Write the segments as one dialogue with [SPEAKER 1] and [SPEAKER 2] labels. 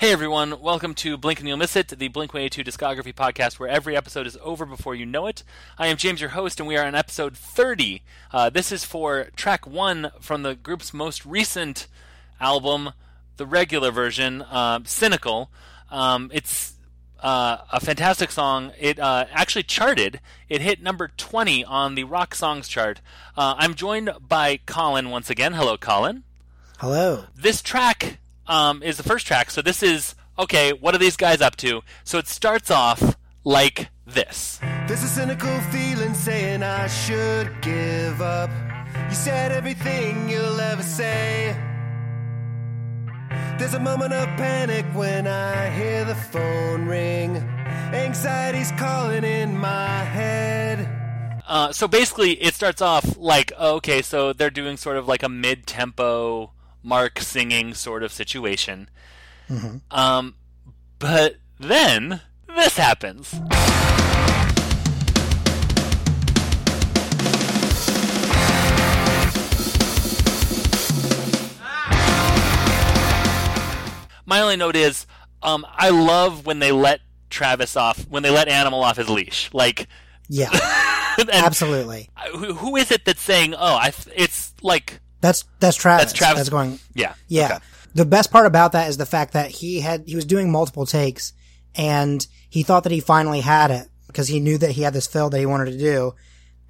[SPEAKER 1] Hey everyone, welcome to Blink and You'll Miss It, the Blink 182 discography podcast where every episode is over before you know it. I am James, your host, and we are on episode 30. Uh, this is for track one from the group's most recent album, the regular version, uh, Cynical. Um, it's uh, a fantastic song. It uh, actually charted. It hit number 20 on the rock songs chart. Uh, I'm joined by Colin once again. Hello, Colin.
[SPEAKER 2] Hello.
[SPEAKER 1] this track um, is the first track. So this is okay. What are these guys up to? So it starts off like this.
[SPEAKER 3] There's a cynical feeling saying I should give up. You said everything you'll ever say. There's a moment of panic when I hear the phone ring. Anxiety's calling in my head.
[SPEAKER 1] Uh, so basically, it starts off like oh, okay. So they're doing sort of like a mid-tempo Mark singing sort of situation. Um, but then this happens. My only note is, um, I love when they let Travis off, when they let Animal off his leash. Like,
[SPEAKER 2] Yeah,
[SPEAKER 1] and
[SPEAKER 2] absolutely.
[SPEAKER 1] who, who is it that's saying, "Oh, I th- it's like
[SPEAKER 2] That's that's Travis.
[SPEAKER 1] That's Travis.
[SPEAKER 2] That's going.
[SPEAKER 1] yeah,
[SPEAKER 2] Yeah.
[SPEAKER 1] okay.
[SPEAKER 2] The best part about that is the fact that he had he was doing multiple takes, and he thought that he finally had it because he knew that he had this fill that he wanted to do,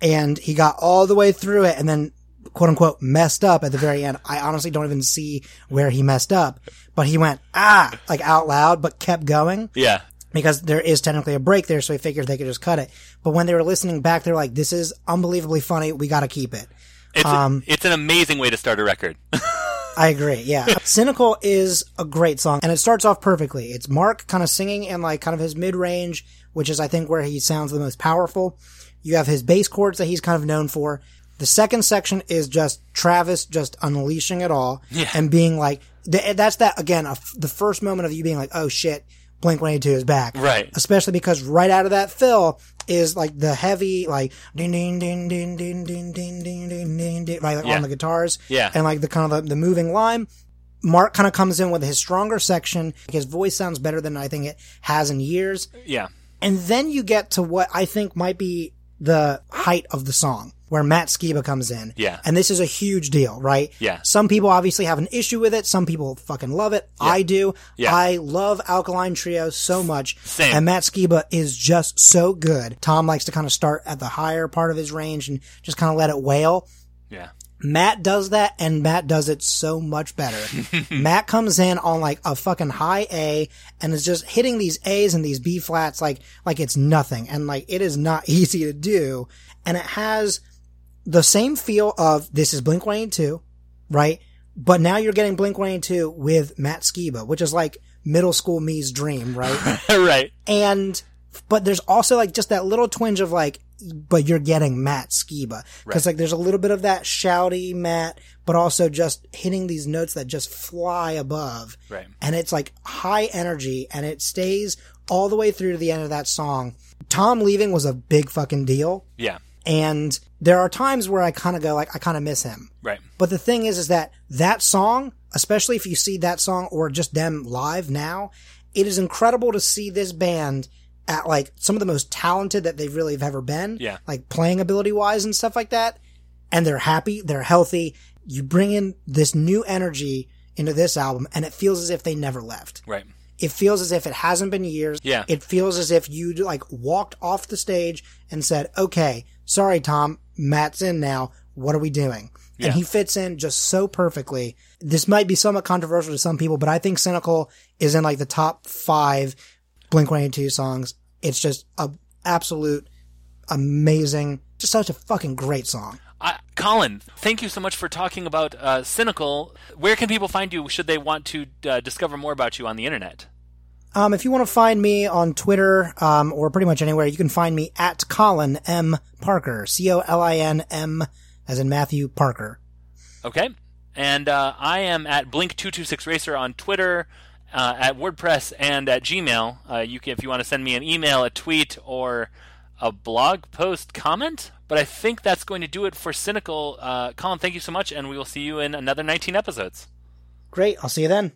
[SPEAKER 2] and he got all the way through it, and then quote unquote messed up at the very end. I honestly don't even see where he messed up, but he went ah like out loud, but kept going.
[SPEAKER 1] yeah."
[SPEAKER 2] because there is technically a break there, so he figured they could just cut it. But when they were listening back, they were like, "This is unbelievably funny. We got to keep it."
[SPEAKER 1] It's,
[SPEAKER 2] Um,
[SPEAKER 1] it's an amazing way to start a record.
[SPEAKER 2] I agree. Yeah, "Cynical" is a great song, and it starts off perfectly. It's Mark kind of singing in like kind of his mid range, which is I think where he sounds the most powerful. You have his bass chords that he's kind of known for. The second section is just Travis just unleashing it all
[SPEAKER 1] Yeah.
[SPEAKER 2] and being like, th- "That's that again." A f- the first moment of you being like, "Oh shit." Blink 182 is back
[SPEAKER 1] Right.
[SPEAKER 2] especially because right out of that fill is like the heavy like ding ding ding ding ding ding ding ding ding ding ding right like
[SPEAKER 1] Yeah.
[SPEAKER 2] on the guitars
[SPEAKER 1] Yeah.
[SPEAKER 2] and like the kind of the, the moving line mark kind of comes in with his stronger section his voice sounds better than i think it has in years
[SPEAKER 1] yeah.
[SPEAKER 2] and then you get to what I think might be the height of the song, where Matt Skiba comes in.
[SPEAKER 1] Yeah.
[SPEAKER 2] And this is a huge deal, right?
[SPEAKER 1] Yeah.
[SPEAKER 2] Some people obviously have an issue with it. Some people fucking love it. I do.
[SPEAKER 1] Yeah.
[SPEAKER 2] I love Alkaline Trio so much.
[SPEAKER 1] Same.
[SPEAKER 2] And Matt Skiba is just so good. Tom likes to kind of start at the higher part of his range and just kind of let it wail.
[SPEAKER 1] Yeah.
[SPEAKER 2] Matt does that and Matt does it so much better. Matt comes in on like a fucking high A and is just hitting these A's and these B flats like like it's nothing and like it is not easy to do and it has the same feel of this is Blink 182, right? But now you're getting Blink 182 with Matt Skiba, which is like middle school me's dream, right?
[SPEAKER 1] right.
[SPEAKER 2] and but there's also like just that little twinge of like but you're getting Matt Skiba because
[SPEAKER 1] Right.
[SPEAKER 2] like there's a little bit of that shouty Matt but also just hitting these notes that just fly above
[SPEAKER 1] Right.
[SPEAKER 2] and it's like high energy and it stays all the way through to the end of that song Tom leaving was a big fucking deal
[SPEAKER 1] Yeah.
[SPEAKER 2] and there are times where I kind of go like I kind of miss him
[SPEAKER 1] Right.
[SPEAKER 2] but the thing is, is that that song, especially if you see that song or just them live now, it is incredible to see this band at like some of the most talented that they really have ever been.
[SPEAKER 1] Yeah.
[SPEAKER 2] Like playing ability wise and stuff like that. And they're happy. They're healthy. You bring in this new energy into this album and it feels as if they never left.
[SPEAKER 1] Right.
[SPEAKER 2] It feels as if it hasn't been years.
[SPEAKER 1] Yeah.
[SPEAKER 2] It feels as if you like walked off the stage and said, okay, sorry, Tom, Matt's in now. What are we doing?
[SPEAKER 1] Yeah.
[SPEAKER 2] And he fits in just so perfectly. This might be somewhat controversial to some people, but I think Cynical is in like the top five Blink 182 songs. It's just a absolute amazing, just such a fucking great song.
[SPEAKER 1] I, Colin, thank you so much for talking about uh, Cynical. Where can people find you should they want to uh, discover more about you on the internet?
[SPEAKER 2] Um, if you want to find me on Twitter um, or pretty much anywhere, you can find me at Colin M Parker, C O L I N M, as in Matthew Parker.
[SPEAKER 1] Okay. And uh, I am at Blink226Racer on Twitter, uh, at WordPress, and at Gmail. Uh, you can, if you want to send me an email, a tweet, or a blog post comment. But I think that's going to do it for Cynical. Uh, Colin, thank you so much, and we will see you in another 19 episodes.
[SPEAKER 2] Great, I'll see you then.